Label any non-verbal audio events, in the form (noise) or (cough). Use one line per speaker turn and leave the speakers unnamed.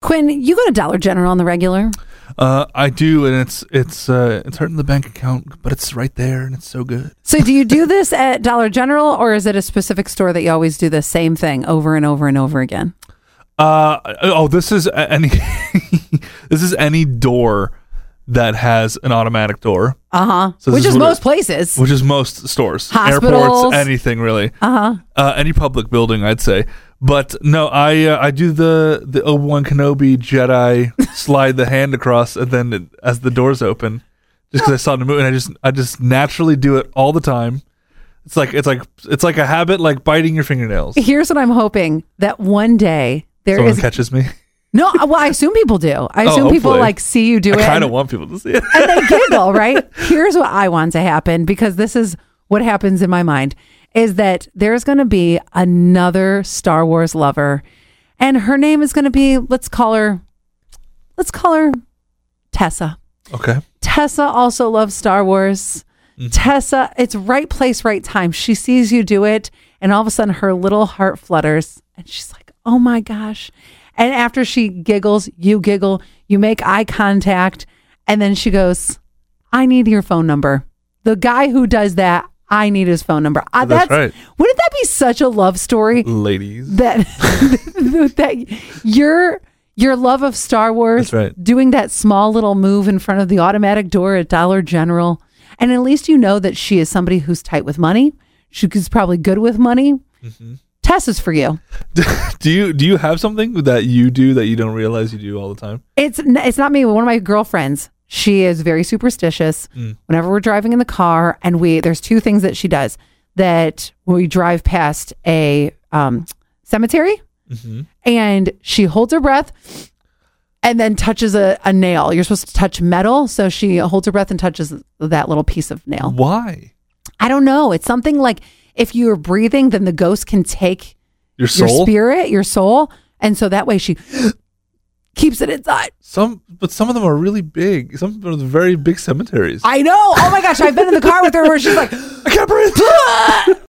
Quinn, you go to Dollar General on the regular.
Uh, I do, and it's it's uh, it's hurting the bank account, but it's right there, and it's so good.
So do you (laughs) do this at Dollar General or is it a specific store that you always do the same thing over and over and over again?
Uh, oh, this is a- any (laughs) this is any door that has an automatic door,
Uh-huh.
So this
Which
is
is,
what it-
most places.
which is most stores,
Hospitals.
airports, anything really,
Uh-huh.
uh, any public building, I'd say. But no, I uh, I do the the Obi Wan Kenobi
(laughs)
Jedi slide the hand across, and then it, as the doors open, just because I saw it in the movie, and I just I just naturally do it all the time. It's like it's like it's like a habit, like biting your fingernails.
Here's what I'm hoping that one day there
Someone
is
catches me.
No, uh, well, I assume people do. I
Oh,
assume people
hopefully.
like see (laughs) you do it.
I kind
and-
of want people to see
(laughs)
it.
and they giggle, right? Here's what I want to happen because this is what happens in my mind is that there's going to be another Star Wars lover and her name is going to be let's call her let's call her Tessa.
Okay.
Tessa also loves Star Wars.
Mm-hmm.
Tessa, it's right place, right time. She sees you do it, and all of a sudden her little heart flutters and she's like, oh my gosh. And after she giggles, you giggle, you make eye contact, and then she goes, I need your phone number. The guy who does that, I need his phone number. I-
That's right.
Wouldn't that be such a love story
Ladies. (laughs)
that (laughs) that your your love of Star Wars,
That's right.
doing that small little move in front of the automatic door at Dollar General, and at least you know that she is somebody who's tight with money. She's probably good with money.
Mm-hmm.
Tess is for you.
Do you do you have something that you do that you don't realize you do all the time?
It's n- it's not me. One of my girlfriends. She is very superstitious. Whenever we're driving in the car, and we there's two things that she does. That we drive past a um, cemetery, and she holds her breath, and then touches a, a nail. You're supposed to touch metal, so she holds her breath and touches that little piece of nail.
Why?
I don't know. It's something like if you're breathing, then the ghost can take
Your soul.
your spirit, your soul, and so that way she (gasps) keeps it inside.
Some, but some of them are really big. Some of them are very big cemeteries.
I know. Oh my gosh, I've been in the car with her where she's like,
I can't breathe.